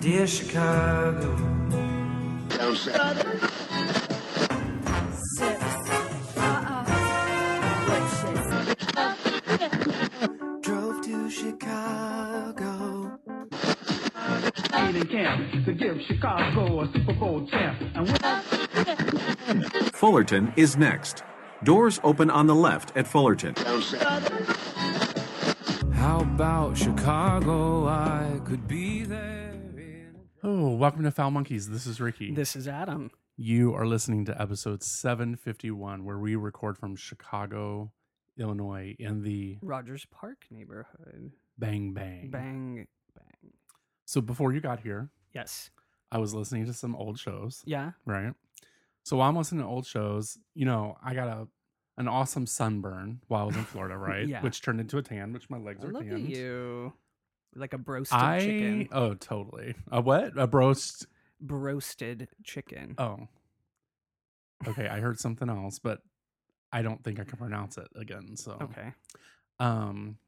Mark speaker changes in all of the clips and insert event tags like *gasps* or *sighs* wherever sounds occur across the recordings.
Speaker 1: Dear Chicago. Drove to Chicago.
Speaker 2: in camp to give Chicago a Super Bowl champ. And when
Speaker 3: Fullerton is next. Doors open on the left at Fullerton.
Speaker 1: How about Chicago? I could be there. In...
Speaker 4: Oh, welcome to Foul Monkeys. This is Ricky.
Speaker 5: This is Adam.
Speaker 4: you are listening to episode 751, where we record from Chicago, Illinois, in the
Speaker 5: Rogers Park neighborhood.
Speaker 4: Bang Bang.
Speaker 5: Bang, bang.
Speaker 4: So before you got here,
Speaker 5: Yes.
Speaker 4: I was listening to some old shows,
Speaker 5: Yeah.
Speaker 4: right? So while I'm listening to old shows, you know, I got a an awesome sunburn while I
Speaker 5: *laughs*
Speaker 4: was in Florida, right?
Speaker 5: Yeah.
Speaker 4: Which turned into a tan, which my legs are
Speaker 5: Look
Speaker 4: tanned.
Speaker 5: at you. Like a broasted
Speaker 4: I
Speaker 5: chicken.
Speaker 4: oh totally a what a roast
Speaker 5: Broasted chicken.
Speaker 4: oh okay I heard something else but I don't think I can pronounce it again so
Speaker 5: Okay.
Speaker 4: um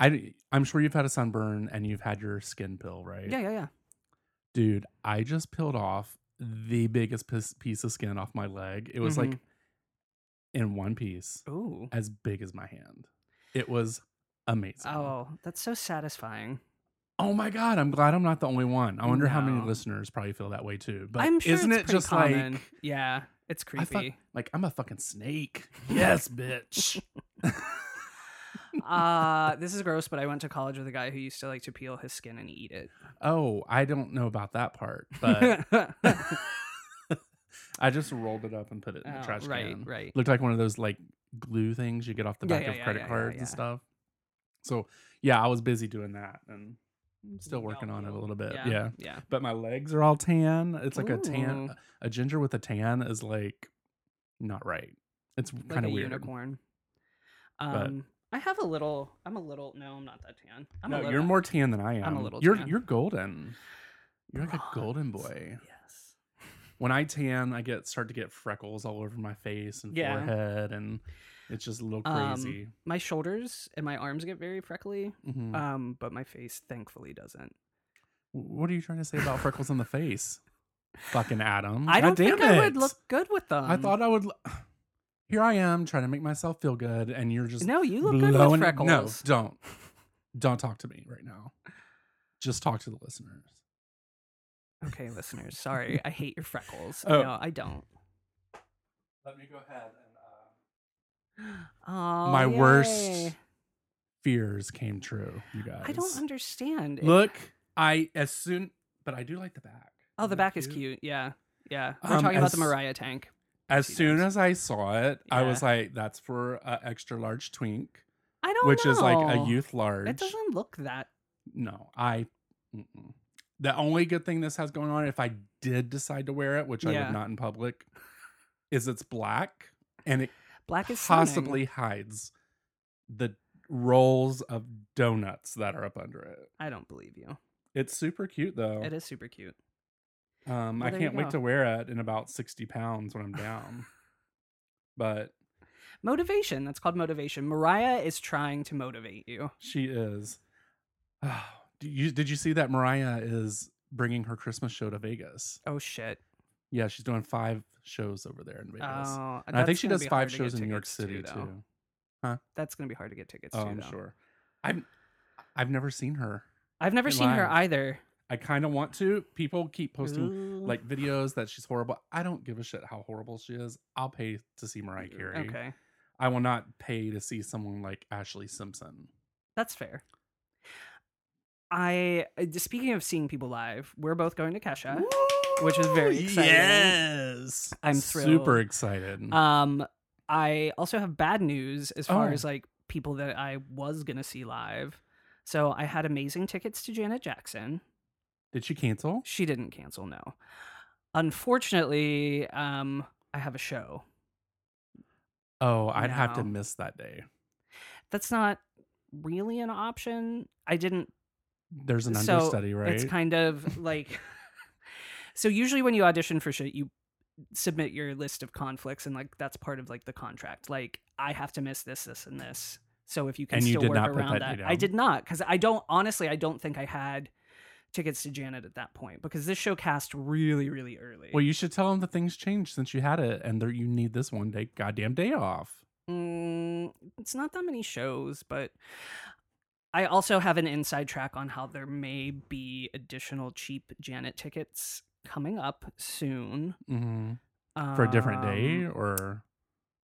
Speaker 4: I I'm sure you've had a sunburn and you've had your skin pill right
Speaker 5: Yeah, yeah, yeah.
Speaker 4: dude I just peeled off the biggest piece, piece of skin off my leg it was like
Speaker 5: Mm-hmm.
Speaker 4: in one piece
Speaker 5: Ooh.
Speaker 4: as big as my hand it was amazing
Speaker 5: Oh, that's so satisfying.
Speaker 4: Oh my god, I'm glad I'm not the only one. I wonder how many
Speaker 5: No.
Speaker 4: listeners probably feel that way too. But
Speaker 5: I'm sure
Speaker 4: isn't
Speaker 5: it's
Speaker 4: it
Speaker 5: pretty
Speaker 4: just
Speaker 5: common.
Speaker 4: like
Speaker 5: yeah, it's
Speaker 4: I fuck- *laughs*
Speaker 5: creepy.
Speaker 4: like I'm a fucking
Speaker 5: *laughs*
Speaker 4: snake. Yes, bitch. *laughs*
Speaker 5: uh, this is gross, but I went to college with a guy who used to like to peel his skin and eat it.
Speaker 4: Oh, I don't know about that part,
Speaker 5: *laughs*
Speaker 4: but *laughs* I just rolled it up and put it in the
Speaker 5: Oh,
Speaker 4: trash
Speaker 5: right,
Speaker 4: can.
Speaker 5: right.
Speaker 4: Looked like one of those like glue things you get off the
Speaker 5: Yeah,
Speaker 4: back
Speaker 5: yeah,
Speaker 4: of
Speaker 5: yeah,
Speaker 4: credit
Speaker 5: yeah, yeah,
Speaker 4: cards
Speaker 5: yeah.
Speaker 4: and stuff. So yeah, I was busy doing that and still working on it a little bit. yeah.
Speaker 5: Yeah.
Speaker 4: but my legs are all tan. It's like a
Speaker 5: Ooh.
Speaker 4: tan. A ginger with a tan is like not right. It's
Speaker 5: Like
Speaker 4: kind
Speaker 5: a
Speaker 4: of weird.
Speaker 5: unicorn.
Speaker 4: But-
Speaker 5: Um, I have a little. I'm a little. No, I'm not that tan. I'm
Speaker 4: no,
Speaker 5: a little,
Speaker 4: you're more tan than I am.
Speaker 5: I'm a little
Speaker 4: You're
Speaker 5: tan.
Speaker 4: you're golden. You're
Speaker 5: *gasps*
Speaker 4: like a golden
Speaker 5: Bronze.
Speaker 4: boy.
Speaker 5: Yes.
Speaker 4: When I tan, I get start to get freckles all over my face and
Speaker 5: Yeah.
Speaker 4: forehead, and it's just a little
Speaker 5: Um,
Speaker 4: crazy.
Speaker 5: My shoulders and my arms get very freckly.
Speaker 4: Mhm.
Speaker 5: Um, but my face thankfully doesn't.
Speaker 4: what are you trying to say about freckles on the face? Fucking Adam.
Speaker 5: I don't
Speaker 4: Oh God damn
Speaker 5: think I would
Speaker 4: it.
Speaker 5: look good with them.
Speaker 4: I thought I would. l- *sighs* Here I am trying to make myself feel good, and you're just
Speaker 5: No, you look good with
Speaker 4: blowing-
Speaker 5: freckles.
Speaker 4: No, don't. Don't talk to me right now. Just talk to the listeners.
Speaker 5: Okay, listeners, sorry. I hate your freckles.
Speaker 4: *laughs* Oh.
Speaker 5: No, I don't.
Speaker 4: Let me go ahead and. uh,
Speaker 5: Oh,
Speaker 4: My worst
Speaker 5: yay.
Speaker 4: fears came true, you guys.
Speaker 5: I don't eh, understand. It-
Speaker 4: Look, I as soon, but I do like the back.
Speaker 5: Oh, the
Speaker 4: Isn't that
Speaker 5: back is cute. Yeah. Yeah. We're
Speaker 4: Um,
Speaker 5: talking about the
Speaker 4: as-
Speaker 5: Mariah tank.
Speaker 4: As
Speaker 5: She
Speaker 4: soon
Speaker 5: does.
Speaker 4: as I saw it, I
Speaker 5: Yeah.
Speaker 4: was like, "That's for an extra large twink,
Speaker 5: I don't
Speaker 4: which is like a
Speaker 5: know.
Speaker 4: youth large."
Speaker 5: It doesn't look that.
Speaker 4: No, I. Mm-mm. The only good thing this has going on, if I did decide to wear it, which I
Speaker 5: Yeah.
Speaker 4: would not in public, is it's black and it
Speaker 5: Black is stunning.
Speaker 4: possibly hides the rolls of donuts that are up under it.
Speaker 5: I don't believe you.
Speaker 4: It's super cute though.
Speaker 5: It is super cute.
Speaker 4: Um,
Speaker 5: Well,
Speaker 4: I
Speaker 5: there you
Speaker 4: can't wait
Speaker 5: go.
Speaker 4: to wear it in about sixty pounds when I'm
Speaker 5: *laughs*
Speaker 4: down. but
Speaker 5: Motivation. That's called motivation. Mariah is trying to motivate you.
Speaker 4: she is. ah, Do you, did you see that Mariah is bringing her Christmas show to Vegas?
Speaker 5: Oh shit.
Speaker 4: Yeah, she's doing five shows over there in Vegas.
Speaker 5: Oh,
Speaker 4: And I think
Speaker 5: that's
Speaker 4: she
Speaker 5: gonna
Speaker 4: does
Speaker 5: be
Speaker 4: five
Speaker 5: hard to get
Speaker 4: shows in New York
Speaker 5: tickets
Speaker 4: City too.
Speaker 5: though. That's gonna be hard to get tickets
Speaker 4: Oh,
Speaker 5: to.
Speaker 4: I'm
Speaker 5: though.
Speaker 4: sure. I've I've never seen her.
Speaker 5: I've never
Speaker 4: And
Speaker 5: seen her
Speaker 4: live.
Speaker 5: either.
Speaker 4: I kind of want to. People keep posting
Speaker 5: Ooh.
Speaker 4: like videos that she's horrible. I don't give a shit how horrible she is. I'll pay to see Mariah
Speaker 5: Mm,
Speaker 4: Carey.
Speaker 5: Okay,
Speaker 4: I will not pay to see someone like Ashley Simpson.
Speaker 5: that's fair. I uh, d- speaking of seeing people live, we're both going to Kesha, which is very exciting.
Speaker 4: Yes,
Speaker 5: I'm
Speaker 4: super
Speaker 5: thrilled.
Speaker 4: excited.
Speaker 5: Um, I also have bad news as far
Speaker 4: Oh.
Speaker 5: as like people that I was gonna see live. So I had amazing tickets to Janet Jackson.
Speaker 4: Did she cancel?
Speaker 5: She didn't cancel, no. Unfortunately, um, I have a show.
Speaker 4: Oh, I'd have to
Speaker 5: No.
Speaker 4: miss that day.
Speaker 5: That's not really an option. I didn't
Speaker 4: There's an
Speaker 5: So,
Speaker 4: understudy, right?
Speaker 5: *laughs* It's kind of like so usually when you audition for shit, you submit your list of conflicts and like that's part of like the contract. Like I have to miss this, this, and this. So if you can
Speaker 4: And you
Speaker 5: still
Speaker 4: did
Speaker 5: work
Speaker 4: not put
Speaker 5: around
Speaker 4: that
Speaker 5: that,
Speaker 4: date
Speaker 5: I
Speaker 4: down?
Speaker 5: did not because I don't honestly I don't think I had tickets to Janet at that point because this show cast really really early.
Speaker 4: Well, you should tell them that things changed since you had it, and there you need this one day, goddamn day off.
Speaker 5: Mm, it's not that many shows, but I also have an inside track on how there may be additional cheap Janet tickets coming up soon
Speaker 4: hmm For a different day, Mm.
Speaker 5: Um,
Speaker 4: or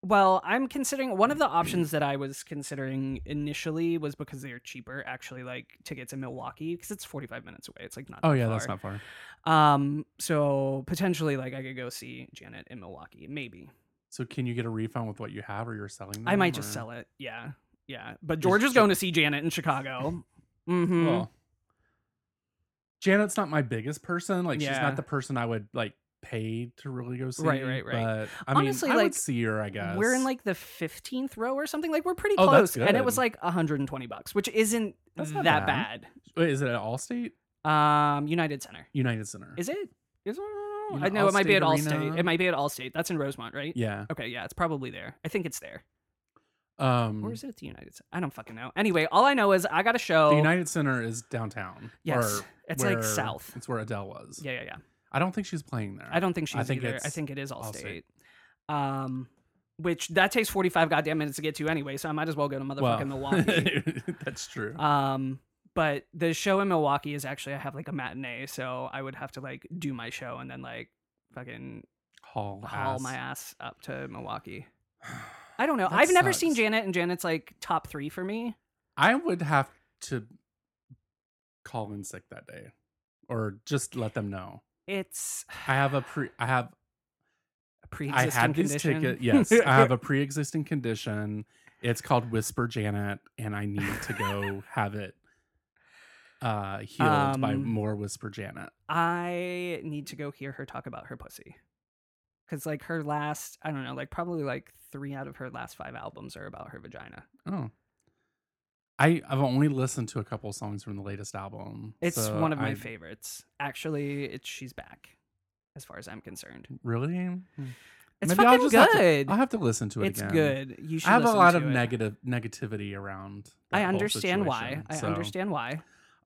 Speaker 5: Well, I'm considering one of the options that I was considering initially was because they're cheaper, actually, like tickets in Milwaukee, because it's 45 minutes away. It's like not.
Speaker 4: oh
Speaker 5: that
Speaker 4: yeah, that's
Speaker 5: far.
Speaker 4: not far.
Speaker 5: Um, so potentially, like, I could go see Janet in Milwaukee, maybe.
Speaker 4: So can you get a refund with what you have, or you're selling? Them,
Speaker 5: I might just
Speaker 4: or-
Speaker 5: sell it. Yeah, yeah. But
Speaker 4: Mm-hmm. Just
Speaker 5: George is
Speaker 4: ju-
Speaker 5: going to see Janet
Speaker 4: *laughs*
Speaker 5: in Chicago. mm-hmm.
Speaker 4: Well, Janet's not my biggest person. Like she's
Speaker 5: Yeah.
Speaker 4: not the person I would like pay to really go see.
Speaker 5: Right, right, right.
Speaker 4: But I mean,
Speaker 5: Honestly,
Speaker 4: I
Speaker 5: like,
Speaker 4: would see her. I guess
Speaker 5: We're in like the 15th row or something. Like, we're pretty
Speaker 4: Oh,
Speaker 5: close.
Speaker 4: that's
Speaker 5: And it was
Speaker 4: good.
Speaker 5: like 120 bucks, which isn't
Speaker 4: That's
Speaker 5: that
Speaker 4: not
Speaker 5: bad.
Speaker 4: bad. Wait, is it at Allstate
Speaker 5: Um, United Center.
Speaker 4: United Center?
Speaker 5: Is it? Is it?
Speaker 4: You
Speaker 5: I
Speaker 4: know,
Speaker 5: know it might be
Speaker 4: Allstate Arena?
Speaker 5: at Allstate. It might be at Allstate. That's in Rosemont, right?
Speaker 4: yeah.
Speaker 5: Okay, yeah, it's probably there. I think it's there.
Speaker 4: Um,
Speaker 5: Or is it at the United Center? I don't fucking know. Anyway, all I know is I got a show.
Speaker 4: The United Center is downtown.
Speaker 5: Yes,
Speaker 4: or
Speaker 5: it's like
Speaker 4: where-
Speaker 5: south.
Speaker 4: It's where Adele was.
Speaker 5: yeah, yeah, yeah.
Speaker 4: I don't think she's playing there.
Speaker 5: I don't think she's
Speaker 4: I think
Speaker 5: either. I
Speaker 4: it's
Speaker 5: think it is Allstate.
Speaker 4: Allstate.
Speaker 5: Um, which that takes forty five goddamn minutes to get to anyway, so I might as well go to motherfucking
Speaker 4: Well, *laughs*
Speaker 5: Milwaukee.
Speaker 4: that's true.
Speaker 5: um, but the show in Milwaukee is actually I have like a matinee, so I would have to like do my show and then like fucking
Speaker 4: Haul,
Speaker 5: haul
Speaker 4: ass.
Speaker 5: my ass up to
Speaker 4: *sighs*
Speaker 5: Milwaukee. I don't know. I've
Speaker 4: That
Speaker 5: never seen
Speaker 4: sucks.
Speaker 5: Janet, and Janet's like top three for me.
Speaker 4: I would have to call in sick that day, or just let them know.
Speaker 5: It's *sighs*
Speaker 4: I have a pre. I have.
Speaker 5: a pre-existing
Speaker 4: I had these
Speaker 5: condition.
Speaker 4: ticket. Yes, I
Speaker 5: *laughs*
Speaker 4: have a pre-existing condition. It's called Whisper Janet, and I need to
Speaker 5: *laughs*
Speaker 4: go have it uh healed by
Speaker 5: Um,
Speaker 4: more Whisper Janet.
Speaker 5: I need to go hear her talk about her pussy, because like her last, I don't know, like probably like three out of her last five albums are about her vagina.
Speaker 4: Oh. I, I've only listened to a couple songs from the latest album.
Speaker 5: It's
Speaker 4: so
Speaker 5: one of my
Speaker 4: I-
Speaker 5: favorites. Actually, it's she's back, as far as I'm concerned.
Speaker 4: Really? Hmm.
Speaker 5: It's
Speaker 4: Maybe
Speaker 5: fucking
Speaker 4: have to-
Speaker 5: good.
Speaker 4: I'll have to listen to it
Speaker 5: it's
Speaker 4: again.
Speaker 5: good. You should.
Speaker 4: I have a
Speaker 5: listen
Speaker 4: lot
Speaker 5: to
Speaker 4: of
Speaker 5: it.
Speaker 4: negative negativity around. that
Speaker 5: I
Speaker 4: whole
Speaker 5: understand why.
Speaker 4: situation,
Speaker 5: I
Speaker 4: so,
Speaker 5: understand why.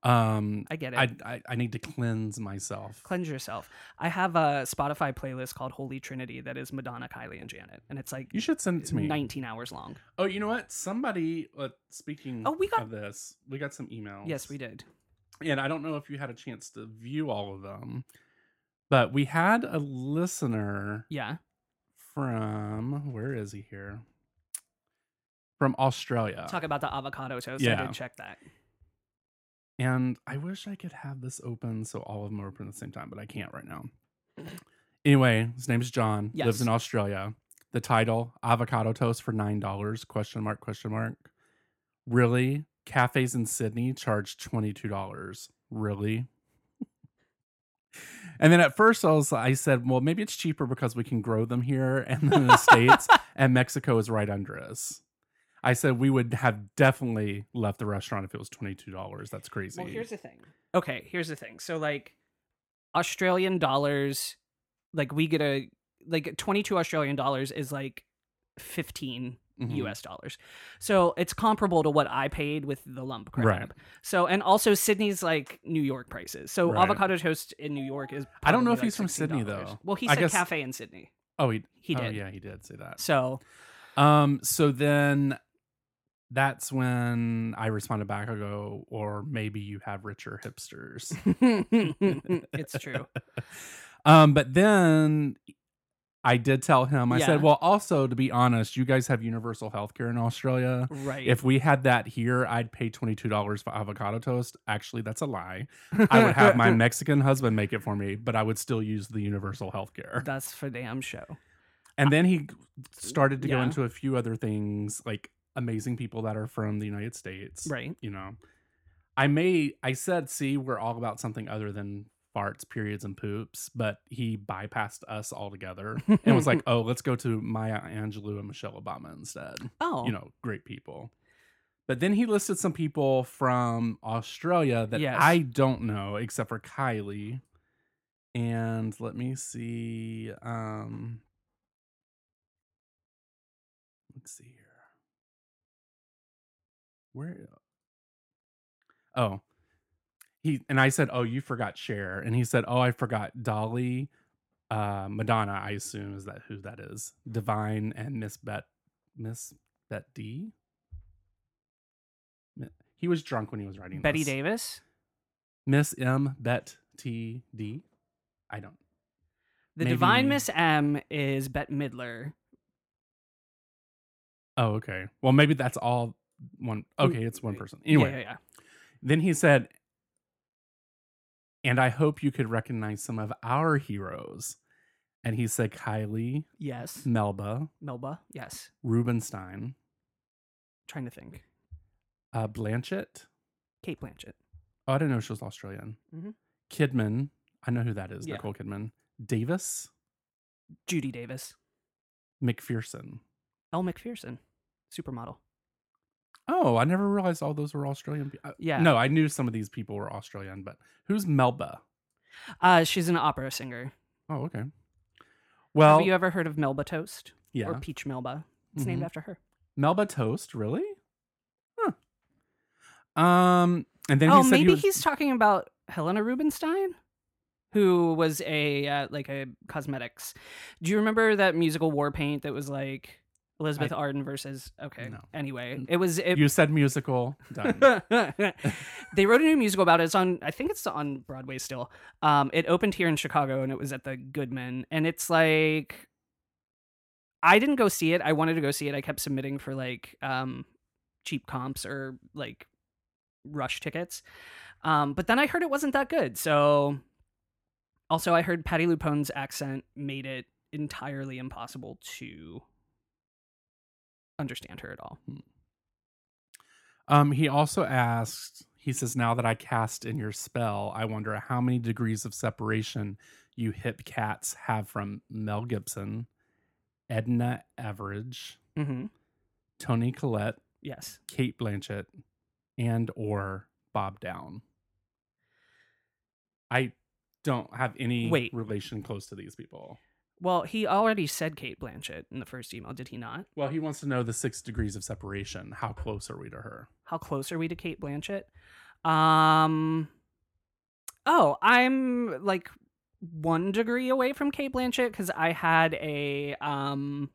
Speaker 4: Um,
Speaker 5: I get it.
Speaker 4: I, I I need to cleanse myself.
Speaker 5: cleanse yourself. I have a Spotify playlist called Holy Trinity that is Madonna, Kylie, and Janet, and it's like
Speaker 4: you should send it to me.
Speaker 5: 19 hours long.
Speaker 4: Oh, you know what? Somebody. Uh, speaking.
Speaker 5: Oh, we got-
Speaker 4: of this. We got some emails.
Speaker 5: Yes, we did.
Speaker 4: and I don't know if you had a chance to view all of them, but we had a listener
Speaker 5: Yeah.
Speaker 4: from where is he here? From Australia.
Speaker 5: Talk about the avocado toast. I
Speaker 4: Yeah.
Speaker 5: did check that.
Speaker 4: And I wish I could have this open so all of them are open at the same time, but I can't right now. Anyway, his name's John.
Speaker 5: Mm-hmm. Yes.
Speaker 4: Lives in Australia. The title: Avocado toast for nine dollars? Question mark? Question mark? Really? Cafes in Sydney charge twenty two dollars. Really? And then at first I was, I said, well, maybe it's cheaper because we can grow them here and then in the
Speaker 5: *laughs*
Speaker 4: states, and Mexico is right under us. I said we would have definitely left the restaurant if it was twenty two dollars. That's crazy.
Speaker 5: Well, here's the thing. Okay, here's the thing. So like Australian dollars, like we get a like 22 Australian dollars is like 15
Speaker 4: Mhm.
Speaker 5: US dollars. So it's comparable to what I paid with the lump crab.
Speaker 4: Right.
Speaker 5: So and also Sydney's like New York prices. So
Speaker 4: Right.
Speaker 5: avocado toast in New York is
Speaker 4: I don't know
Speaker 5: probably,
Speaker 4: if
Speaker 5: like,
Speaker 4: he's from Sydney,
Speaker 5: $16.
Speaker 4: though.
Speaker 5: Well, he
Speaker 4: I
Speaker 5: said
Speaker 4: guess-
Speaker 5: cafe in Sydney.
Speaker 4: Oh, he
Speaker 5: He
Speaker 4: oh,
Speaker 5: did.
Speaker 4: yeah, he did say that.
Speaker 5: So
Speaker 4: *laughs*
Speaker 5: *laughs*
Speaker 4: Um, so then that's when I responded back. I go, or maybe you have richer hipsters.
Speaker 5: *laughs* it's true.
Speaker 4: Um, but then I did tell him. I
Speaker 5: Yeah.
Speaker 4: said, well, also to be honest, you guys have universal health care in Australia.
Speaker 5: Right.
Speaker 4: If we had that here, I'd pay twenty two dollars for avocado toast. Actually, that's a lie. I would
Speaker 5: *laughs*
Speaker 4: have my Mexican husband make it for me, but I would still use the universal health care.
Speaker 5: that's for damn show.
Speaker 4: And then he started to go
Speaker 5: Yeah.
Speaker 4: into a few other things, like amazing people that are from the United States.
Speaker 5: Right.
Speaker 4: You know, I may, I said, see, we're all about something other than farts, periods, and poops, but he bypassed us altogether and was
Speaker 5: *laughs*
Speaker 4: like, oh, let's go to Maya Angelou and Michelle Obama instead.
Speaker 5: Oh.
Speaker 4: You know, great people. But then he listed some people from Australia that
Speaker 5: Yes.
Speaker 4: I don't know, except for Kylie. and let me see. Um, let's see here. Where? Oh, he and I said, "Oh, you forgot Cher," and he said, "Oh, I forgot Dolly, uh, Madonna. I assume is that who that is? Divine and Miss Bet, Miss Bet D." Mi- He was drunk when he was writing.
Speaker 5: Betty
Speaker 4: this.
Speaker 5: Davis.
Speaker 4: Miss M Bet T D. I don't.
Speaker 5: The Divine
Speaker 4: Maybe-
Speaker 5: Miss M is Bette Midler.
Speaker 4: Oh, okay. Well, maybe that's all one. Okay, it's one person.
Speaker 5: Yeah,
Speaker 4: Anyway,
Speaker 5: yeah, yeah.
Speaker 4: then he said, and I hope you could recognize some of our heroes. And he said, Kylie, Hmm.
Speaker 5: Yes.
Speaker 4: Melba,
Speaker 5: Melba. Yes.
Speaker 4: Rubenstein,
Speaker 5: Trying to think.
Speaker 4: uh, Blanchett.
Speaker 5: Kate Blanchett.
Speaker 4: Oh, I didn't know she was Australian.
Speaker 5: Mhm.
Speaker 4: Kidman. I know who that is.
Speaker 5: Yeah.
Speaker 4: Nicole Kidman. Davis,
Speaker 5: Judy Davis.
Speaker 4: McPherson.
Speaker 5: Elle McPherson. Supermodel.
Speaker 4: Oh, I never realized all those were Australian. pe- uh,
Speaker 5: Yeah.
Speaker 4: No, I knew some of these people were Australian, but who's Melba?
Speaker 5: Uh, she's an opera singer.
Speaker 4: Oh, okay. Well,
Speaker 5: Have you ever heard of Melba Toast?
Speaker 4: yeah. Mm-hmm.
Speaker 5: Or Peach Melba. It's named after her.
Speaker 4: Melba Toast, really? Huh. Um, and then
Speaker 5: oh,
Speaker 4: he said
Speaker 5: maybe
Speaker 4: he was,
Speaker 5: he's talking about Helena Rubinstein, who was a uh, like a cosmetics. Do you remember that musical War Paint that was like Elizabeth Arden versus? Okay,
Speaker 4: No.
Speaker 5: anyway, it was it.
Speaker 4: you said musical. Done.
Speaker 5: *laughs* they wrote a new musical about it. It's on, I think it's on Broadway still. Um, it opened here in Chicago and it was at the Goodman. And it's like, I didn't go see it. I wanted to go see it. I kept submitting for like um, cheap comps or like rush tickets. Um, but then I heard it wasn't that good. So also, I heard Patty Lupone's accent made it entirely impossible to understand her at all.
Speaker 4: Um, he also asked, he says, now that I cast in your spell, I wonder how many degrees of separation you hip cats have from Mel Gibson, Edna Average,
Speaker 5: Mm-hmm.
Speaker 4: Tony Collette,
Speaker 5: Yes.
Speaker 4: Kate Blanchett, and or Bob Down. I don't have any
Speaker 5: Wait.
Speaker 4: relation close to these people.
Speaker 5: Well, he already said Kate Blanchett in the first email, did he not?
Speaker 4: Well, he wants to know the six degrees of separation. How close are we to her?
Speaker 5: How close are we to Kate Blanchett? Um Oh, I'm like 1 degree away from Kate Blanchett cuz I had a um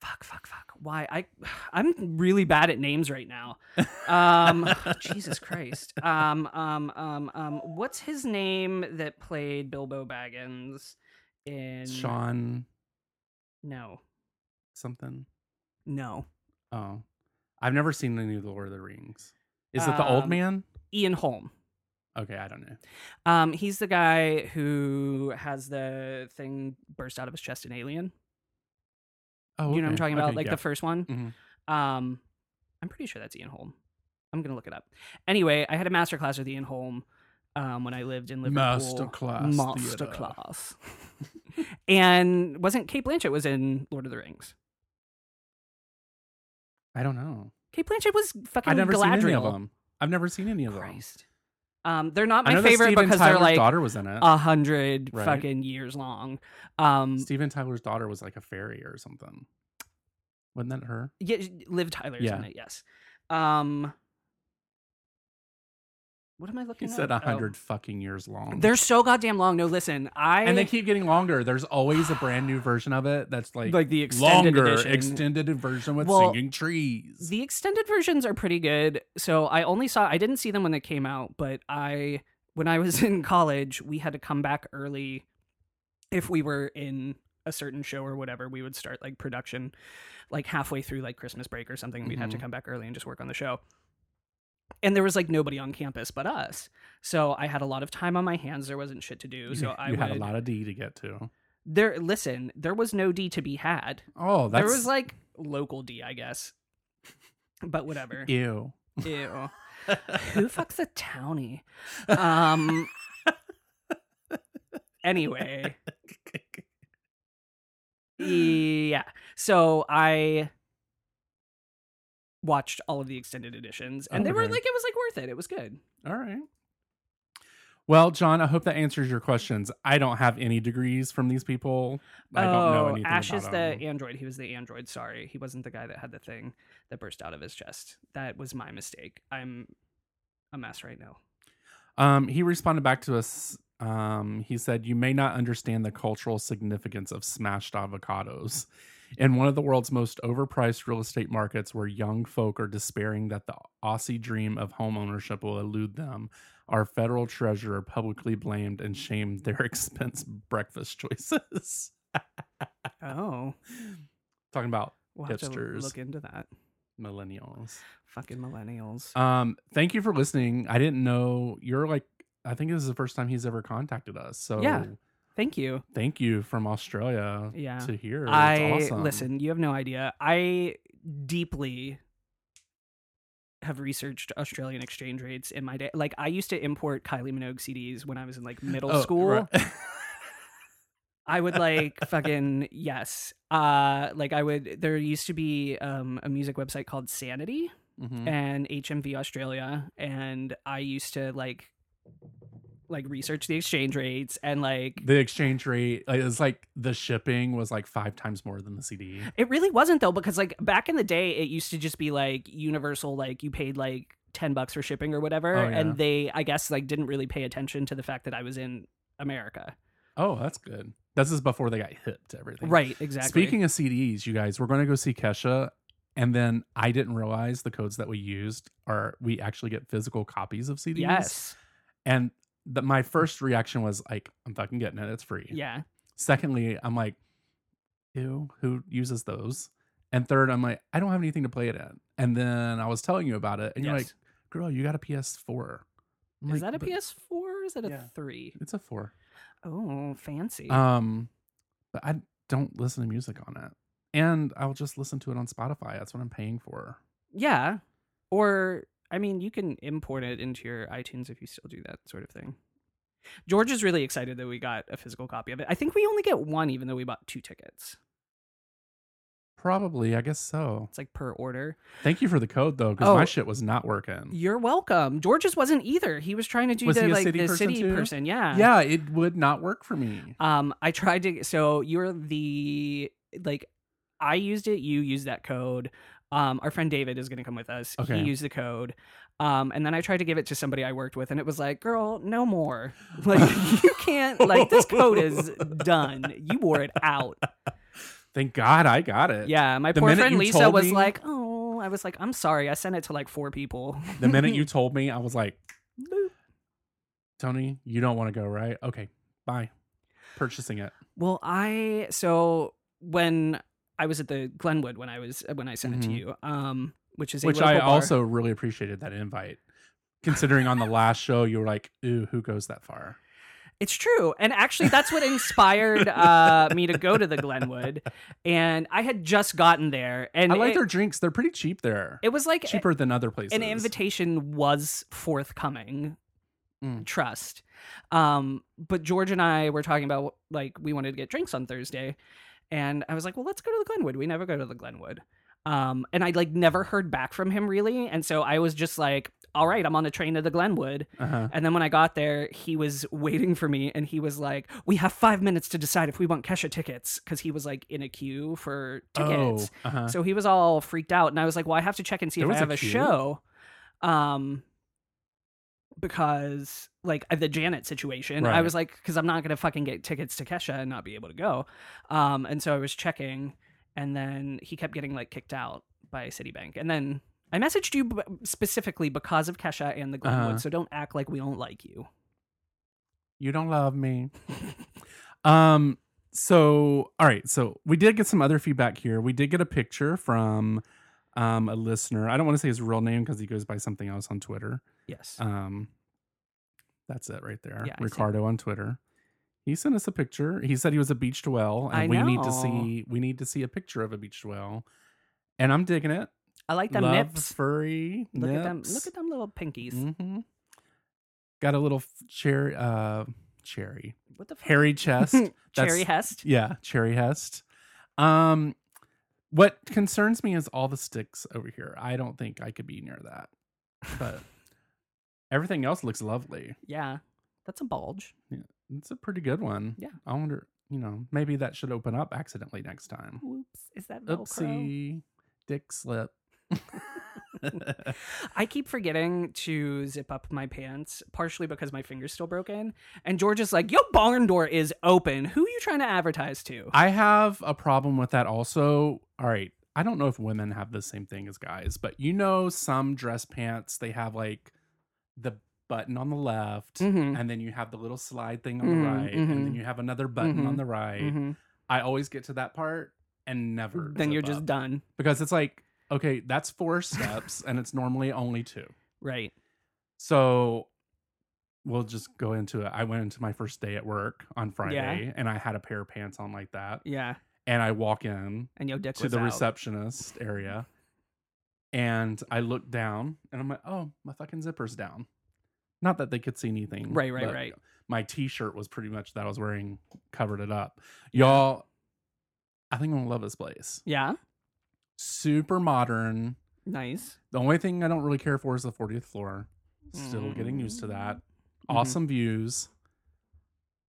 Speaker 5: fuck fuck fuck. Why I I'm really bad at names right now. Um Jesus Christ. Um um um um what's his name that played Bilbo Baggins in
Speaker 4: Sean
Speaker 5: No.
Speaker 4: something.
Speaker 5: No.
Speaker 4: Oh, I've never seen any of the Lord of the Rings. Is it the old
Speaker 5: Um,
Speaker 4: man?
Speaker 5: Ian Holm.
Speaker 4: Okay, I don't know.
Speaker 5: Um, he's the guy who has the thing burst out of his chest in Alien.
Speaker 4: Oh,
Speaker 5: You know what I'm
Speaker 4: okay,
Speaker 5: talking about?
Speaker 4: okay,
Speaker 5: like
Speaker 4: yeah.
Speaker 5: the first one.
Speaker 4: Mhm.
Speaker 5: Um, I'm pretty sure that's Ian Holm. I'm gonna look it up. Anyway, I had a master class with Ian Holm um, when I lived in Liverpool.
Speaker 4: Masterclass theater.
Speaker 5: Master class. *laughs* and wasn't Kate Blanchett was in Lord of the Rings?
Speaker 4: I don't know.
Speaker 5: Kate Blanchett was fucking
Speaker 4: I've never
Speaker 5: Galadriel.
Speaker 4: seen any of them. I've never seen any of them.
Speaker 5: Christ. Um, they're not
Speaker 4: I
Speaker 5: my
Speaker 4: know that
Speaker 5: favorite
Speaker 4: Steven
Speaker 5: because
Speaker 4: Tyler's
Speaker 5: they're like um,
Speaker 4: daughter was in it.
Speaker 5: a hundred
Speaker 4: Right.
Speaker 5: fucking years long. Um,
Speaker 4: Steven Tyler's daughter was like a fairy or something. Wasn't that her?
Speaker 5: Yeah, Liv Tyler's
Speaker 4: Yeah.
Speaker 5: in it. Yes. Um, what am I
Speaker 4: He
Speaker 5: looking?
Speaker 4: said
Speaker 5: a
Speaker 4: a hundred fucking years long.
Speaker 5: They're so goddamn long. No, listen, I
Speaker 4: and they keep getting longer. There's always a brand new version of it
Speaker 5: *sighs*
Speaker 4: that's like,
Speaker 5: Like the extended
Speaker 4: longer
Speaker 5: edition.
Speaker 4: extended version with
Speaker 5: Well,
Speaker 4: singing trees.
Speaker 5: the extended versions are pretty good. So I only saw I didn't see them when they came out, but I when I was *laughs* in college, we had to come back early if we were in a certain show or whatever, we would start like production like halfway through like Christmas break or something. We'd have to
Speaker 4: Mhm.
Speaker 5: come back early and just work on the show. And there was like nobody on campus but us. So I had a lot of time on my hands. There wasn't shit to
Speaker 4: *laughs*
Speaker 5: do.
Speaker 4: You-
Speaker 5: So I
Speaker 4: you
Speaker 5: would,
Speaker 4: had a lot of D to get to.
Speaker 5: there listen, there was no D to be had.
Speaker 4: Oh, that's
Speaker 5: There was like local D, I guess. But whatever.
Speaker 4: ew.
Speaker 5: *laughs* Ew. Who fucks a townie? Um. anyway, yeah. So I watched all of the extended editions, and they were
Speaker 4: Okay.
Speaker 5: like, it was like worth it. It was good.
Speaker 4: All right. Well, John, I hope that answers your questions. I don't have any degrees from these people. I don't know
Speaker 5: Oh,
Speaker 4: anything
Speaker 5: Ash
Speaker 4: about
Speaker 5: is the
Speaker 4: them.
Speaker 5: android. He was the android. Sorry, he wasn't the guy that had the thing that burst out of his chest. That was my mistake. I'm a mess right now.
Speaker 4: Um, he responded back to us. Um, he said, You may not understand the cultural significance of smashed avocados. In one of the world's most overpriced real estate markets, where young folk are despairing that the Aussie dream of homeownership will elude them, our federal treasurer publicly blamed and shamed their *laughs* expense breakfast choices.
Speaker 5: Oh,
Speaker 4: Talking about
Speaker 5: we'll have
Speaker 4: Hipsters.
Speaker 5: to look into that.
Speaker 4: millennials.
Speaker 5: Fucking millennials.
Speaker 4: Um, thank you for listening. I didn't know you're like, I think this is the first time he's ever contacted us. So
Speaker 5: Yeah. Thank you.
Speaker 4: thank you from Australia
Speaker 5: Yeah.
Speaker 4: to here. It's
Speaker 5: I
Speaker 4: awesome.
Speaker 5: listen. You have no idea. I deeply have researched Australian exchange rates in my day. Like I used to import Kylie Minogue CDs when I was in like middle
Speaker 4: Oh,
Speaker 5: school.
Speaker 4: right. *laughs*
Speaker 5: I would like fucking yes. Uh like I would there used to be um a music website called Sanity
Speaker 4: Mhm.
Speaker 5: and HMV Australia and I used to like like research the exchange rates and like
Speaker 4: The exchange rate like, it's like the shipping was like five times more than the CD.
Speaker 5: it really wasn't though because like back in the day it used to just be like universal like you paid like 10 bucks for shipping or whatever
Speaker 4: Oh, yeah.
Speaker 5: and they I guess like didn't really pay attention to the fact that I was in America.
Speaker 4: Oh, that's good. This is before they got hip to everything.
Speaker 5: Right, exactly.
Speaker 4: Speaking of CDs, you guys, we're going to go see Kesha. And then I didn't realize the codes that we used are we actually get physical copies of CDs.
Speaker 5: yes.
Speaker 4: And the, my first reaction was like, I'm fucking getting it. It's free.
Speaker 5: Yeah.
Speaker 4: Secondly, I'm like, ew, who uses those? And third, I'm like, I don't have anything to play it in. And then I was telling you about it, and you're like,
Speaker 5: Yes.
Speaker 4: girl, you got a PS4. I'm
Speaker 5: Is
Speaker 4: like,
Speaker 5: that a
Speaker 4: "But
Speaker 5: PS4 or is that a
Speaker 4: Yeah.
Speaker 5: 3?
Speaker 4: It's a four.
Speaker 5: Oh, fancy.
Speaker 4: Um, but I don't listen to music on it. And I'll just listen to it on Spotify. That's what I'm paying for.
Speaker 5: yeah. Or I mean, you can import it into your iTunes if you still do that sort of thing. George is really excited that we got a physical copy of it. I think we only get one even though we bought two tickets.
Speaker 4: Probably, I guess so.
Speaker 5: It's like per order.
Speaker 4: Thank you for the code though, because my
Speaker 5: Oh.
Speaker 4: shit was not working.
Speaker 5: You're welcome. George's wasn't either. He was trying to do
Speaker 4: Was
Speaker 5: the
Speaker 4: he a
Speaker 5: like
Speaker 4: city
Speaker 5: the
Speaker 4: person
Speaker 5: city
Speaker 4: too?
Speaker 5: person. Yeah.
Speaker 4: Yeah, it would not work for me.
Speaker 5: Um, I tried to. So you're the like, I used it. You used that code. Um, our friend David is going to come with us.
Speaker 4: Okay.
Speaker 5: He used the code. Um, and then I tried to give it to somebody I worked with, and it was like, "Girl, no more. *laughs* Like you can't. Like this code is done. You wore it
Speaker 4: *laughs*
Speaker 5: out."
Speaker 4: Thank God I got it.
Speaker 5: Yeah, my
Speaker 4: The
Speaker 5: poor
Speaker 4: minute
Speaker 5: friend
Speaker 4: you
Speaker 5: Lisa
Speaker 4: told
Speaker 5: was
Speaker 4: me-
Speaker 5: like, "Oh," I was like, "I'm sorry. I sent it to like four people."
Speaker 4: The minute you
Speaker 5: Mm-hmm.
Speaker 4: told me, I was like, Tony, you don't want to go, right? Okay, bye. Purchasing it.
Speaker 5: Well, I so when I was at the Glenwood when I was uh, when I sent it
Speaker 4: Mhm.
Speaker 5: to you, um, which is a
Speaker 4: Which
Speaker 5: local
Speaker 4: I
Speaker 5: bar.
Speaker 4: also really appreciated that invite. Considering on the last show, you were like, ooh, who goes that far?
Speaker 5: It's true. And actually, that's what inspired uh, me to go to the Glenwood. And I had just gotten there. And
Speaker 4: I like
Speaker 5: it,
Speaker 4: their drinks. They're pretty cheap there.
Speaker 5: it was like a-
Speaker 4: Cheaper than other places.
Speaker 5: an invitation was forthcoming.
Speaker 4: Mm.
Speaker 5: Trust. Um, but George and I were talking about like we wanted to get drinks on Thursday. And I was like, well, let's go to the Glenwood. We never go to the Glenwood. Um, and I like never heard back from him really. And so I was just like, all right, I'm on the train to the Glenwood.
Speaker 4: Uh-huh.
Speaker 5: And then when I got there, he was waiting for me and he was like, We have five minutes to decide if we want Kesha tickets because he was like in a queue for
Speaker 4: Oh,
Speaker 5: tickets.
Speaker 4: uh-huh.
Speaker 5: So he was all freaked out. And I was like, Well, I have to check and see
Speaker 4: There
Speaker 5: if
Speaker 4: was
Speaker 5: I
Speaker 4: a
Speaker 5: have a,
Speaker 4: queue?
Speaker 5: show. Um, because like uh, the Janet situation, I
Speaker 4: Right.
Speaker 5: was like, because I'm not going to fucking get tickets to Kesha and not be able to go. Um, and so I was checking and then he kept getting like kicked out by Citibank. And then I messaged you b- specifically because of Kesha and the Glenwood,
Speaker 4: Uh-huh.
Speaker 5: so don't act like we don't like you.
Speaker 4: you don't love
Speaker 5: *laughs*
Speaker 4: me. um. So, all right. So we did get some other feedback here. We did get a picture from um, a listener. I don't want to say his real name because he goes by something else on Twitter.
Speaker 5: Yes.
Speaker 4: Um, that's it right there.
Speaker 5: Yeah, I see.
Speaker 4: Ricardo on Twitter. He sent us a picture. He said he was a beached whale, and
Speaker 5: I
Speaker 4: we need to
Speaker 5: know.
Speaker 4: see we need to see a picture of a beached whale. And I'm digging it.
Speaker 5: I like them
Speaker 4: Love
Speaker 5: nips.
Speaker 4: furry
Speaker 5: Look
Speaker 4: nips.
Speaker 5: at them. Look at them little pinkies.
Speaker 4: hmm Got a little f- cherry, uh, cherry,
Speaker 5: What the fuck?
Speaker 4: hairy chest. That's-
Speaker 5: *laughs* Cherry Hest.
Speaker 4: Yeah, cherry hest. Um, what concerns me is all the sticks over here. I don't think I could be near that, but everything else looks lovely.
Speaker 5: Yeah. That's a bulge.
Speaker 4: It's a pretty good one.
Speaker 5: Yeah.
Speaker 4: I wonder, you know, maybe that should open up accidentally next time.
Speaker 5: Whoops. Is that Velcro?
Speaker 4: Oopsie, dick
Speaker 5: *laughs*
Speaker 4: slip. *laughs*
Speaker 5: I keep forgetting to zip up my pants, partially because my finger's still broken. And George is like, Your barn door is open. Who are you trying to advertise to?
Speaker 4: I have a problem with that also. All right. I don't know if women have the same thing as guys, but you know, some dress pants, they have like the button on the left,
Speaker 5: Mhm.
Speaker 4: and then you have the little slide thing on
Speaker 5: Mhm,
Speaker 4: the right, and then
Speaker 5: mhm.
Speaker 4: you have another button on
Speaker 5: Mhm,
Speaker 4: the right.
Speaker 5: Mhm.
Speaker 4: I always get to that part and never.
Speaker 5: Then
Speaker 4: zip
Speaker 5: you're just
Speaker 4: up.
Speaker 5: done.
Speaker 4: Because it's like, okay, that's four steps, and it's normally only two.
Speaker 5: Right.
Speaker 4: So we'll just go into it. I went into my first day at work on Friday and I had a pair of pants on like that.
Speaker 5: Yeah.
Speaker 4: And I walk in
Speaker 5: And your dick
Speaker 4: to
Speaker 5: was
Speaker 4: the
Speaker 5: out.
Speaker 4: receptionist area and I look down and I'm like, oh, my fucking zipper's down. Not that they could see anything.
Speaker 5: Right, right,
Speaker 4: but
Speaker 5: right.
Speaker 4: My t shirt was pretty much that I was wearing covered it up. Y'all, I think I'm gonna love this place.
Speaker 5: Yeah.
Speaker 4: Super modern.
Speaker 5: Nice.
Speaker 4: The only thing I don't really care for is the 40th floor. Still getting used to that.
Speaker 5: Mm-hmm.
Speaker 4: Awesome views.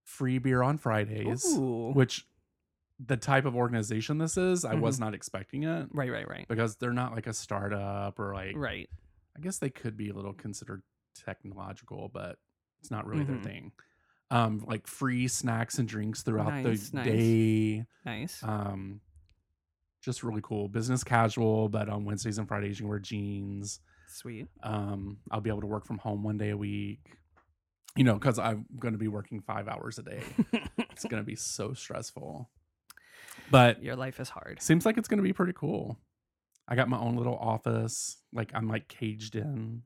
Speaker 4: Free beer on Fridays,
Speaker 5: Ooh.
Speaker 4: which the type of organization this is, I
Speaker 5: Mm-hmm.
Speaker 4: was not expecting it
Speaker 5: Right, right, right.
Speaker 4: because they're not like a startup or like,
Speaker 5: Right.
Speaker 4: I guess they could be a little considered technological, but it's not really
Speaker 5: Mhm.
Speaker 4: their thing. Um, like free snacks and drinks throughout
Speaker 5: Nice,
Speaker 4: the
Speaker 5: nice.
Speaker 4: day.
Speaker 5: Nice.
Speaker 4: Um, just really cool. Business casual, but on Wednesdays and Fridays, you can wear jeans
Speaker 5: Sweet.
Speaker 4: um i'll be able to work from home one day a week you know because i'm going to be working five hours a day it's going to be so stressful but
Speaker 5: Your life is hard.
Speaker 4: seems like it's going to be pretty cool i got my own little office like i'm like caged in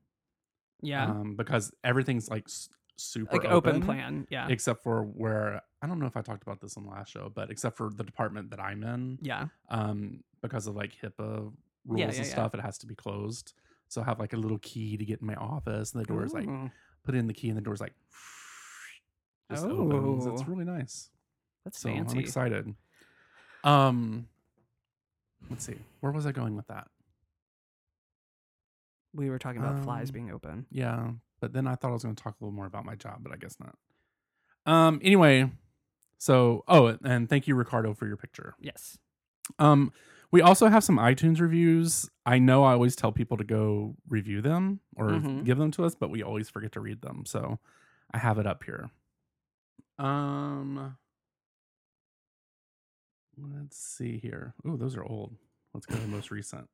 Speaker 5: Yeah.
Speaker 4: um because everything's like s- super
Speaker 5: like open, plan. Yeah.
Speaker 4: except for where i don't know if i talked about this on the last show but except for the department that i'm in
Speaker 5: yeah.
Speaker 4: um because of like HIPAA rules
Speaker 5: Yeah, yeah,
Speaker 4: and
Speaker 5: yeah.
Speaker 4: stuff, it has to be closed. So I have like a little key to get in my office, and the door is like
Speaker 5: Ooh,
Speaker 4: put in the key, and the door's like *sniffs* just opens. It's
Speaker 5: Oh.
Speaker 4: really nice.
Speaker 5: that's
Speaker 4: So
Speaker 5: fancy.
Speaker 4: I'm excited. Um, let's see, where was I going with that?
Speaker 5: We were talking about flies
Speaker 4: Um,
Speaker 5: being open.
Speaker 4: Yeah, but then I thought I was going to talk a little more about my job, but I guess not. Um, anyway, so oh, and thank you, Ricardo, for your picture.
Speaker 5: Yes.
Speaker 4: Um, we also have some iTunes reviews. I know I always tell people to go review them or
Speaker 5: Mhm.
Speaker 4: give them to us, but we always forget to read them. So I have it up here. Um, let's see here. Oh, those are old. Let's go to the most recent.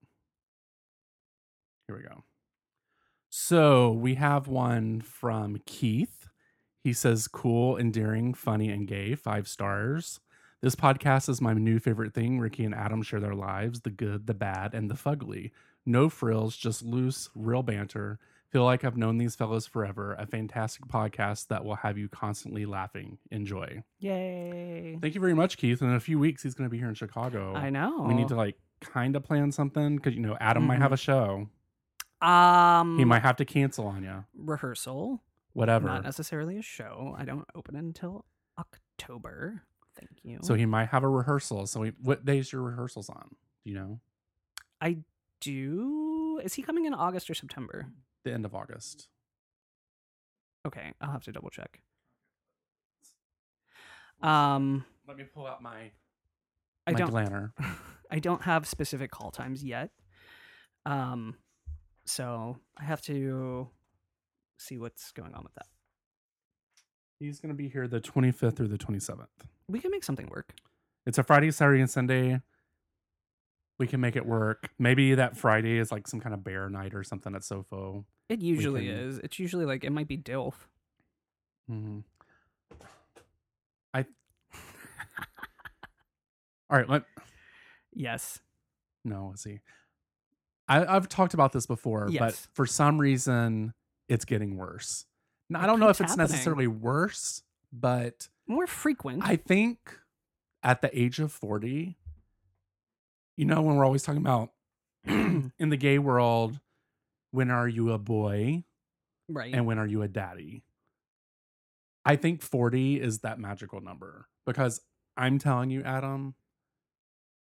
Speaker 4: Here we go. So we have one from Keith. He says, cool, endearing, funny, and gay, five stars. This podcast is my new favorite thing. Ricky and Adam share their lives, the good, the bad, and the fugly. No frills, just loose, real banter. Feel like I've known these fellows forever. A fantastic podcast that will have you constantly laughing. Enjoy.
Speaker 5: Yay.
Speaker 4: Thank you very much, Keith. In a few weeks, he's going to be here in Chicago.
Speaker 5: I know. Mm-hmm.
Speaker 4: We need to like kind of plan something because you know Adam might have a show.
Speaker 5: um
Speaker 4: He might have to cancel on you.
Speaker 5: rehearsal.
Speaker 4: Whatever.
Speaker 5: Not necessarily a show. I don't open until October. Thank you.
Speaker 4: so he might have a rehearsal. So he, what days your rehearsals on? Do you know?
Speaker 5: I do is he coming in August or September?
Speaker 4: The end of August.
Speaker 5: Okay, I'll have to double check. Um
Speaker 4: Let me pull out my
Speaker 5: I
Speaker 4: my
Speaker 5: don't
Speaker 4: glanner.
Speaker 5: I don't have specific call times yet. Um, so I have to see what's going on with that.
Speaker 4: He's going to be here the 25th through the 27th.
Speaker 5: We can make something work.
Speaker 4: It's a Friday, Saturday, and Sunday. We can make it work. Maybe that Friday is like some kind of bear night or something at SoFo.
Speaker 5: It usually
Speaker 4: can-
Speaker 5: is. It's usually like it might be DILF.
Speaker 4: Mhm. I. All right. Let
Speaker 5: Yes.
Speaker 4: no. Let's see. I, I've talked about this before, but
Speaker 5: Yes.
Speaker 4: for some reason, it's getting worse. Now, I
Speaker 5: It
Speaker 4: don't know if it's
Speaker 5: keeps happening.
Speaker 4: necessarily worse, but
Speaker 5: More frequent.
Speaker 4: I think at the age of 40, you know, when we're always talking about in the gay world, when are you a boy
Speaker 5: right.
Speaker 4: and when are you a daddy? I think 40 is that magical number because I'm telling you, Adam,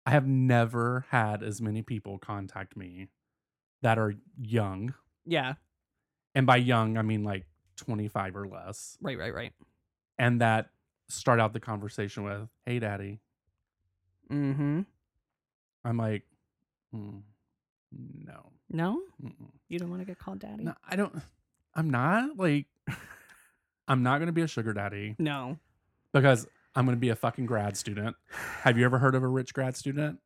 Speaker 4: I have never had as many people contact me that are young.
Speaker 5: yeah.
Speaker 4: And by young, I mean like 25 or less
Speaker 5: Right, right, right.
Speaker 4: and that start out the conversation with, "Hey, daddy."
Speaker 5: Mm-hmm.
Speaker 4: I'm like, "Hmm, no,
Speaker 5: No,
Speaker 4: Mm-mm.
Speaker 5: you don't want to get called daddy.
Speaker 4: no, I don't. I'm not like, *laughs* I'm not gonna be a sugar daddy
Speaker 5: No.
Speaker 4: *laughs* because I'm gonna be a fucking grad student. Have you ever heard of a rich grad student?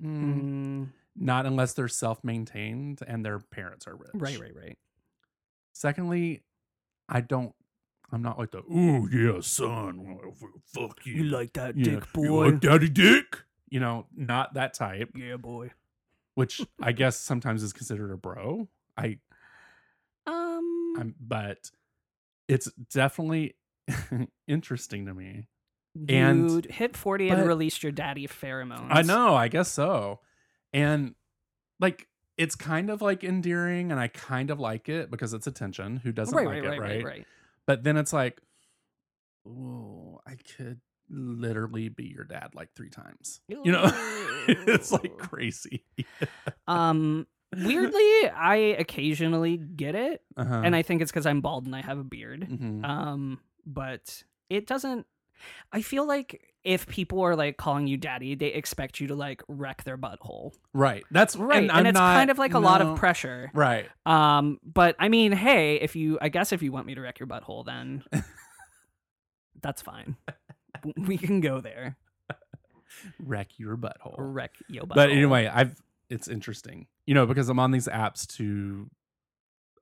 Speaker 4: Mm,
Speaker 5: Mm,
Speaker 4: Not unless they're self-maintained and their parents are rich.
Speaker 5: right, right, right.
Speaker 4: Secondly, I don't. I'm not like the oh yeah son, well, f- fuck you,
Speaker 5: like that
Speaker 4: Yeah, you like daddy dick. You know, not that type.
Speaker 5: yeah, boy.
Speaker 4: which I guess sometimes is considered a bro. I
Speaker 5: Um,
Speaker 4: I'm but it's definitely *laughs* interesting to me. and-
Speaker 5: you hit forty and
Speaker 4: but-
Speaker 5: released your daddy pheromones.
Speaker 4: I know, I guess so. And like it's kind of like endearing and I kind of like it because it's attention. Who doesn't
Speaker 5: Right,
Speaker 4: like
Speaker 5: right,
Speaker 4: it,
Speaker 5: right,
Speaker 4: right?
Speaker 5: right, right.
Speaker 4: But then it's like, oh, I could literally be your dad like three times. You know? *laughs* it's
Speaker 5: Ooh.
Speaker 4: like crazy.
Speaker 5: Um, weirdly, I occasionally get it,
Speaker 4: *laughs* Uh-huh.
Speaker 5: and I think it's because I'm bald and I have a beard.
Speaker 4: Mhm.
Speaker 5: Um, but it doesn't. I feel like if people are like calling you daddy, they expect you to like wreck their butthole,
Speaker 4: right. That's right.
Speaker 5: and, it's kind of like a lot of pressure.
Speaker 4: Right.
Speaker 5: Um, but I mean, hey, if you, I guess if you want me to wreck your
Speaker 4: *laughs*
Speaker 5: butthole, then that's fine. We can go there.
Speaker 4: wreck your butthole.
Speaker 5: Wreck your butthole.
Speaker 4: but anyway, I've it's interesting, you know, because I'm on these apps to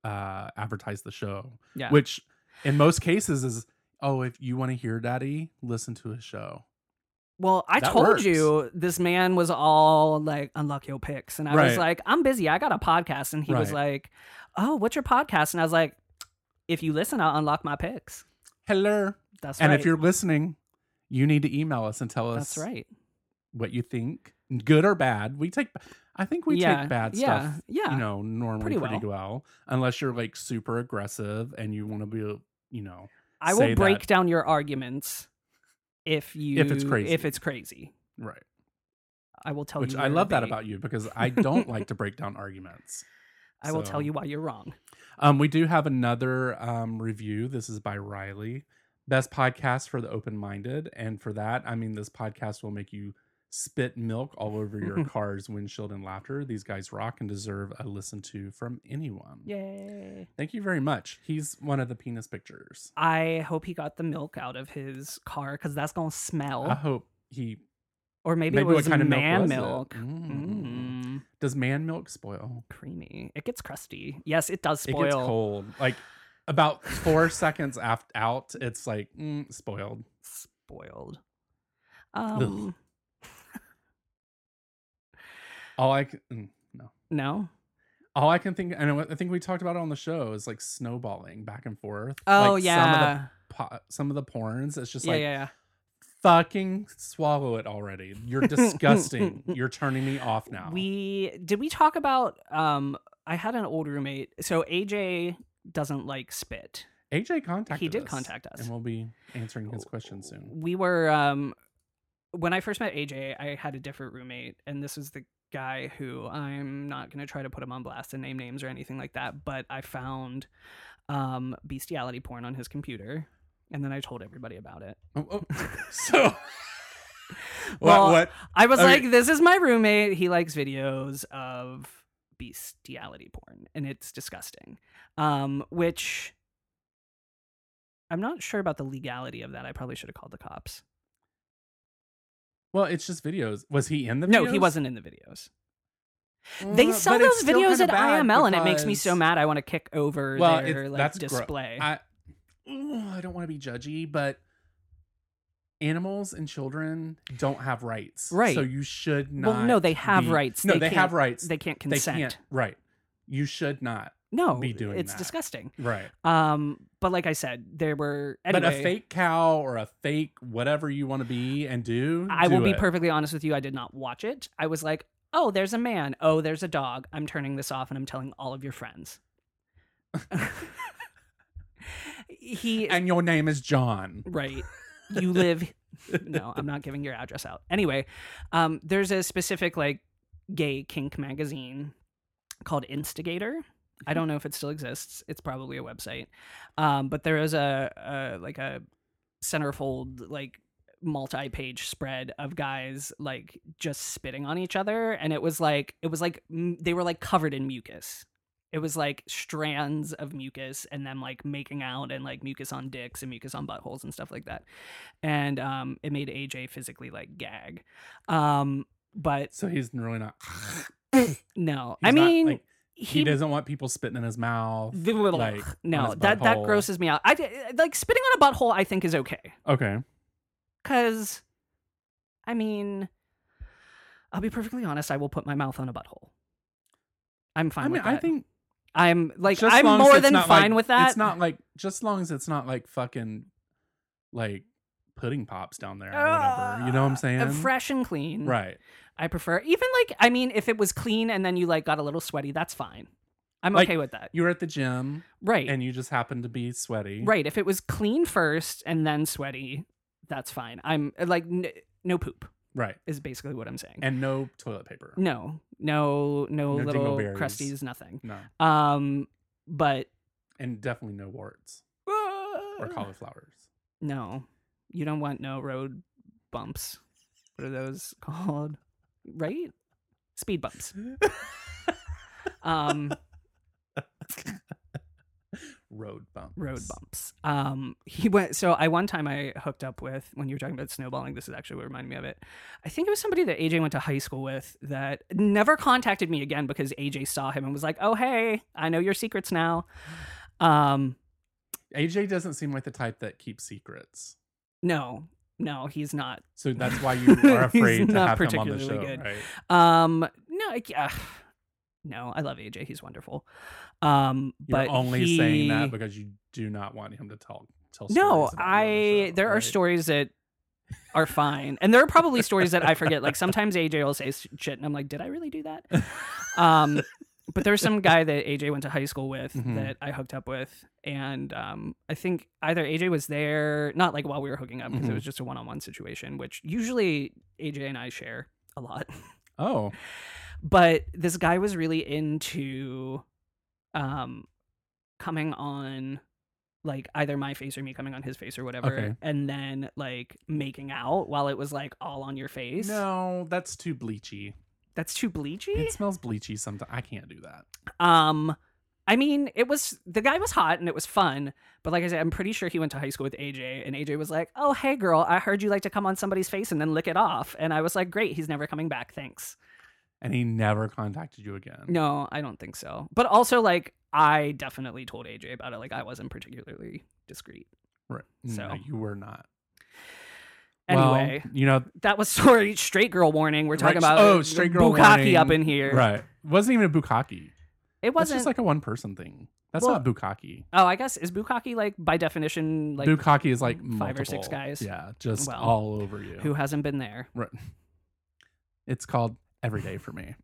Speaker 4: uh advertise the show,
Speaker 5: yeah.
Speaker 4: which in most cases is oh, if you want to hear Daddy, listen to his show.
Speaker 5: Well, I
Speaker 4: That
Speaker 5: told
Speaker 4: works.
Speaker 5: you this man was all like, unlock your picks. And I was
Speaker 4: Right.
Speaker 5: like, I'm busy. I got a podcast. And he was
Speaker 4: Right.
Speaker 5: like, Oh, what's your podcast? And I was like, If you listen, I'll unlock my picks.
Speaker 4: Hello,
Speaker 5: That's
Speaker 4: and
Speaker 5: right.
Speaker 4: if you're listening, you need to email us and tell us
Speaker 5: That's right.
Speaker 4: what you think, good or bad. We take, I think we
Speaker 5: yeah.
Speaker 4: take bad
Speaker 5: yeah.
Speaker 4: stuff,
Speaker 5: Yeah.
Speaker 4: you know, normally
Speaker 5: Pretty
Speaker 4: pretty, well. unless you're like super aggressive and you want to be, you know,
Speaker 5: I
Speaker 4: say
Speaker 5: will
Speaker 4: that.
Speaker 5: break down your arguments if you
Speaker 4: it's crazy.
Speaker 5: If it's crazy.
Speaker 4: right.
Speaker 5: I will tell
Speaker 4: Which
Speaker 5: you.
Speaker 4: I
Speaker 5: where to
Speaker 4: love that
Speaker 5: be.
Speaker 4: about you because
Speaker 5: *laughs*
Speaker 4: I don't like to break down arguments.
Speaker 5: I will tell
Speaker 4: So-
Speaker 5: you why you're wrong.
Speaker 4: Um, we do have another um, review. This is by Riley. Best podcast for the open minded. And for that, I mean, this podcast will make you spit milk all over
Speaker 5: *laughs*
Speaker 4: your car's windshield and laughter. These guys rock and deserve a listen to from anyone.
Speaker 5: Yay.
Speaker 4: Thank you very much. He's one of the penis pictures.
Speaker 5: I hope he got the milk out of his car because that's gonna smell.
Speaker 4: I hope he.
Speaker 5: or Oh. maybe,
Speaker 4: Uh, maybe
Speaker 5: it
Speaker 4: what
Speaker 5: was
Speaker 4: kind of milk
Speaker 5: man
Speaker 4: was it?
Speaker 5: milk.
Speaker 4: Mm.
Speaker 5: Mm,
Speaker 4: Does man milk spoil?
Speaker 5: creamy. It gets crusty. Yes, it does spoil.
Speaker 4: It gets cold. Like about four seconds after out, it's like mm, spoiled.
Speaker 5: Spoiled. Um,
Speaker 4: All I can, mm, no.
Speaker 5: no.
Speaker 4: All I can think, and I think we talked about it on the show, is like snowballing back and forth.
Speaker 5: Oh
Speaker 4: Like,
Speaker 5: yeah.
Speaker 4: Some of the po- some of the porns, it's just
Speaker 5: yeah,
Speaker 4: like
Speaker 5: yeah, yeah.
Speaker 4: fucking swallow it already. You're
Speaker 5: *laughs*
Speaker 4: disgusting. You're turning me off now.
Speaker 5: We did we talk about? Um, I had an old roommate. So AJ doesn't like spit.
Speaker 4: AJ contacted.
Speaker 5: He did
Speaker 4: us,
Speaker 5: contact us.
Speaker 4: and we'll be answering his question soon.
Speaker 5: we were um when I first met AJ, I had a different roommate, and this was the guy who I'm not gonna try to put him on blast and name names or anything like that, but I found um bestiality porn on his computer. And then I told everybody about it.
Speaker 4: Oh, oh. *laughs*
Speaker 5: *laughs*
Speaker 4: so, what?
Speaker 5: Well,
Speaker 4: what?
Speaker 5: I was
Speaker 4: Okay.
Speaker 5: like, this is my roommate. He likes videos of bestiality porn, and it's disgusting. Um, which I'm not sure about the legality of that. I probably should have called the cops.
Speaker 4: Well, it's just videos. Was he in the?
Speaker 5: No, he
Speaker 4: videos?
Speaker 5: wasn't in the videos. They
Speaker 4: Uh,
Speaker 5: sell
Speaker 4: but it's
Speaker 5: those
Speaker 4: still
Speaker 5: videos at
Speaker 4: kinda bad
Speaker 5: IML, and it makes me so
Speaker 4: because-
Speaker 5: mad. I want to kick over
Speaker 4: Well,
Speaker 5: their
Speaker 4: it-
Speaker 5: like
Speaker 4: that's gro-
Speaker 5: display.
Speaker 4: I, Ooh, I don't want to be judgy, but animals and children don't have rights,
Speaker 5: Right.
Speaker 4: So you should not.
Speaker 5: Well, no, they have
Speaker 4: be-
Speaker 5: rights.
Speaker 4: No,
Speaker 5: They
Speaker 4: they, have
Speaker 5: can't-
Speaker 4: rights.
Speaker 5: they can't
Speaker 4: They
Speaker 5: consent.
Speaker 4: Right. You should not.
Speaker 5: no,
Speaker 4: be doing
Speaker 5: it's
Speaker 4: that.
Speaker 5: disgusting.
Speaker 4: Right.
Speaker 5: Um, but like I said, there were anyway.
Speaker 4: But a fake cow or a fake whatever you want to be and do.
Speaker 5: I will
Speaker 4: do
Speaker 5: be
Speaker 4: it.
Speaker 5: perfectly honest with you. I did not watch it. I was like, oh, there's a man. Oh, there's a dog. I'm turning this off, and I'm telling all of your friends. *laughs* he
Speaker 4: And your name is John.
Speaker 5: Right. You live *laughs* No, I'm not giving your address out. Anyway, um there's a specific like gay kink magazine called Instigator I don't know if it still exists. It's probably a website, um, but there is a, a like a centerfold like multi-page spread of guys like just spitting on each other, and it was like it was like m- they were like covered in mucus. It was like strands of mucus and them like making out and like mucus on dicks and mucus on buttholes and stuff like that. And um, it made AJ physically like gag. Um, but
Speaker 4: So he's really not.
Speaker 5: no,
Speaker 4: he's
Speaker 5: I
Speaker 4: not,
Speaker 5: mean,
Speaker 4: like, he,
Speaker 5: he
Speaker 4: doesn't want people spitting in his mouth.
Speaker 5: the little-
Speaker 4: like, on
Speaker 5: no,
Speaker 4: his
Speaker 5: that that
Speaker 4: butthole.
Speaker 5: grosses me out. I d- like spitting on a butthole. I think is okay
Speaker 4: Okay.
Speaker 5: because, I mean, I'll be perfectly honest. I will put my mouth on a butthole. I'm fine.
Speaker 4: I mean,
Speaker 5: with
Speaker 4: I
Speaker 5: that.
Speaker 4: think
Speaker 5: I'm like
Speaker 4: just
Speaker 5: I'm
Speaker 4: long as
Speaker 5: more
Speaker 4: it's
Speaker 5: than
Speaker 4: not,
Speaker 5: fine
Speaker 4: like-
Speaker 5: with that.
Speaker 4: It's not like just long as it's not like fucking like pudding pops down there or whatever. You know what I'm
Speaker 5: Uh,
Speaker 4: saying?
Speaker 5: fresh and clean.
Speaker 4: Right.
Speaker 5: I prefer even like I mean, if it was clean and then you like got a little sweaty, that's fine. I'm
Speaker 4: Like,
Speaker 5: okay with that.
Speaker 4: You were at the gym
Speaker 5: Right.
Speaker 4: and you just happened to be sweaty.
Speaker 5: Right. If it was clean first and then sweaty, that's fine. I'm like n- no poop
Speaker 4: Right.
Speaker 5: is basically what I'm saying.
Speaker 4: And no toilet paper.
Speaker 5: no, no, no,
Speaker 4: No
Speaker 5: little
Speaker 4: dingleberries.
Speaker 5: crusties, nothing.
Speaker 4: No.
Speaker 5: Um, but
Speaker 4: And definitely no warts or cauliflowers.
Speaker 5: no, you don't want no road bumps. What are those called? Right? Speed bumps. um,
Speaker 4: Road bumps.
Speaker 5: road bumps. Um, he went. So I one time I hooked up with when you were talking about snowballing. This is actually what reminded me of it. I think it was somebody that AJ went to high school with that never contacted me again because AJ saw him and was like, "Oh hey, I know your secrets now." Um,
Speaker 4: AJ doesn't seem like the type that keeps secrets.
Speaker 5: no, no, he's not. *laughs*
Speaker 4: So that's why you are
Speaker 5: He's
Speaker 4: afraid to have
Speaker 5: not
Speaker 4: him on the
Speaker 5: particularly
Speaker 4: show.
Speaker 5: good.
Speaker 4: Right?
Speaker 5: Um, no, I, uh, no, I love AJ. He's wonderful. Um,
Speaker 4: You're
Speaker 5: but
Speaker 4: only saying
Speaker 5: he-
Speaker 4: that because you do not want him to tell tell
Speaker 5: No,
Speaker 4: stories about you on the
Speaker 5: I
Speaker 4: show,
Speaker 5: there are
Speaker 4: right?
Speaker 5: stories that are fine, and there are probably stories that I forget. Like sometimes AJ will say s- shit, and I'm like, did I really do that? Um, but there's some guy that AJ went to high school with
Speaker 4: Mhm.
Speaker 5: that I hooked up with, and um, I think either AJ was there, not like while we were hooking up, because
Speaker 4: Mhm.
Speaker 5: it was just a one-on-one situation, which usually AJ and I share a lot
Speaker 4: Oh.
Speaker 5: but this guy was really into um coming on like either my face or me coming on his face or whatever
Speaker 4: Okay.
Speaker 5: and then like making out while it was like all on your face
Speaker 4: No, that's too bleachy.
Speaker 5: that's too bleachy
Speaker 4: It smells bleachy sometimes. I can't do that.
Speaker 5: um i mean it was the guy was hot and it was fun but like i said i'm pretty sure he went to high school with aj and aj was like oh hey girl i heard you like to come on somebody's face and then lick it off and i was like great he's never coming back thanks
Speaker 4: And he never contacted you again.
Speaker 5: No, I don't think so. But also, like, I definitely told AJ about it. Like, I wasn't particularly discreet.
Speaker 4: Right.
Speaker 5: So.
Speaker 4: No, you were not.
Speaker 5: Anyway,
Speaker 4: well, you know,
Speaker 5: that was *laughs* sorry, straight girl warning. We're talking
Speaker 4: right,
Speaker 5: about
Speaker 4: oh, straight girl
Speaker 5: bukkake
Speaker 4: warning.
Speaker 5: up in here.
Speaker 4: Right. Wasn't even a bukkake.
Speaker 5: It
Speaker 4: That's
Speaker 5: wasn't.
Speaker 4: just like a one person thing. That's
Speaker 5: Well,
Speaker 4: not bukkake.
Speaker 5: oh, I guess is bukkake like by definition like
Speaker 4: bukkake is like
Speaker 5: five or six
Speaker 4: multiple.
Speaker 5: guys.
Speaker 4: Yeah, just
Speaker 5: Well,
Speaker 4: all over you.
Speaker 5: who hasn't been there?
Speaker 4: Right. It's called every day for me.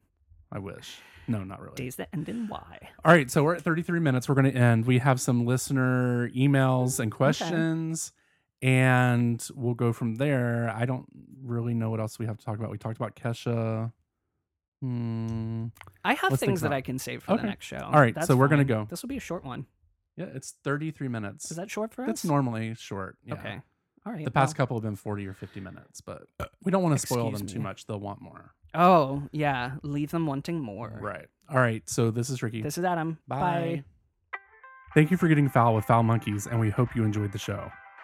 Speaker 4: I wish. No, not really.
Speaker 5: Days that end in Y.
Speaker 4: All right, so we're at 33 minutes. We're going to end. We have some listener emails and questions, and we'll go from there. I don't really know what else we have to talk about. We talked about Kesha. Hmm.
Speaker 5: I have
Speaker 4: Let's think
Speaker 5: things that
Speaker 4: about-
Speaker 5: I can save for
Speaker 4: Okay.
Speaker 5: the next show.
Speaker 4: All right, so we're gonna go.
Speaker 5: This will be a short one.
Speaker 4: Yeah, it's 33 minutes.
Speaker 5: Is that short for us?
Speaker 4: That's normally short. yeah.
Speaker 5: Okay. All right.
Speaker 4: The past
Speaker 5: well.
Speaker 4: couple have been 40 or 50 minutes, but we don't want to spoil
Speaker 5: Uh, Excuse
Speaker 4: them too
Speaker 5: me.
Speaker 4: much. They'll want more.
Speaker 5: Oh yeah, leave them wanting more.
Speaker 4: Right. All right, so this is Ricky.
Speaker 5: This is Adam. Bye.
Speaker 4: Thank you for getting foul with Foul Monkeys, and we hope you enjoyed the show.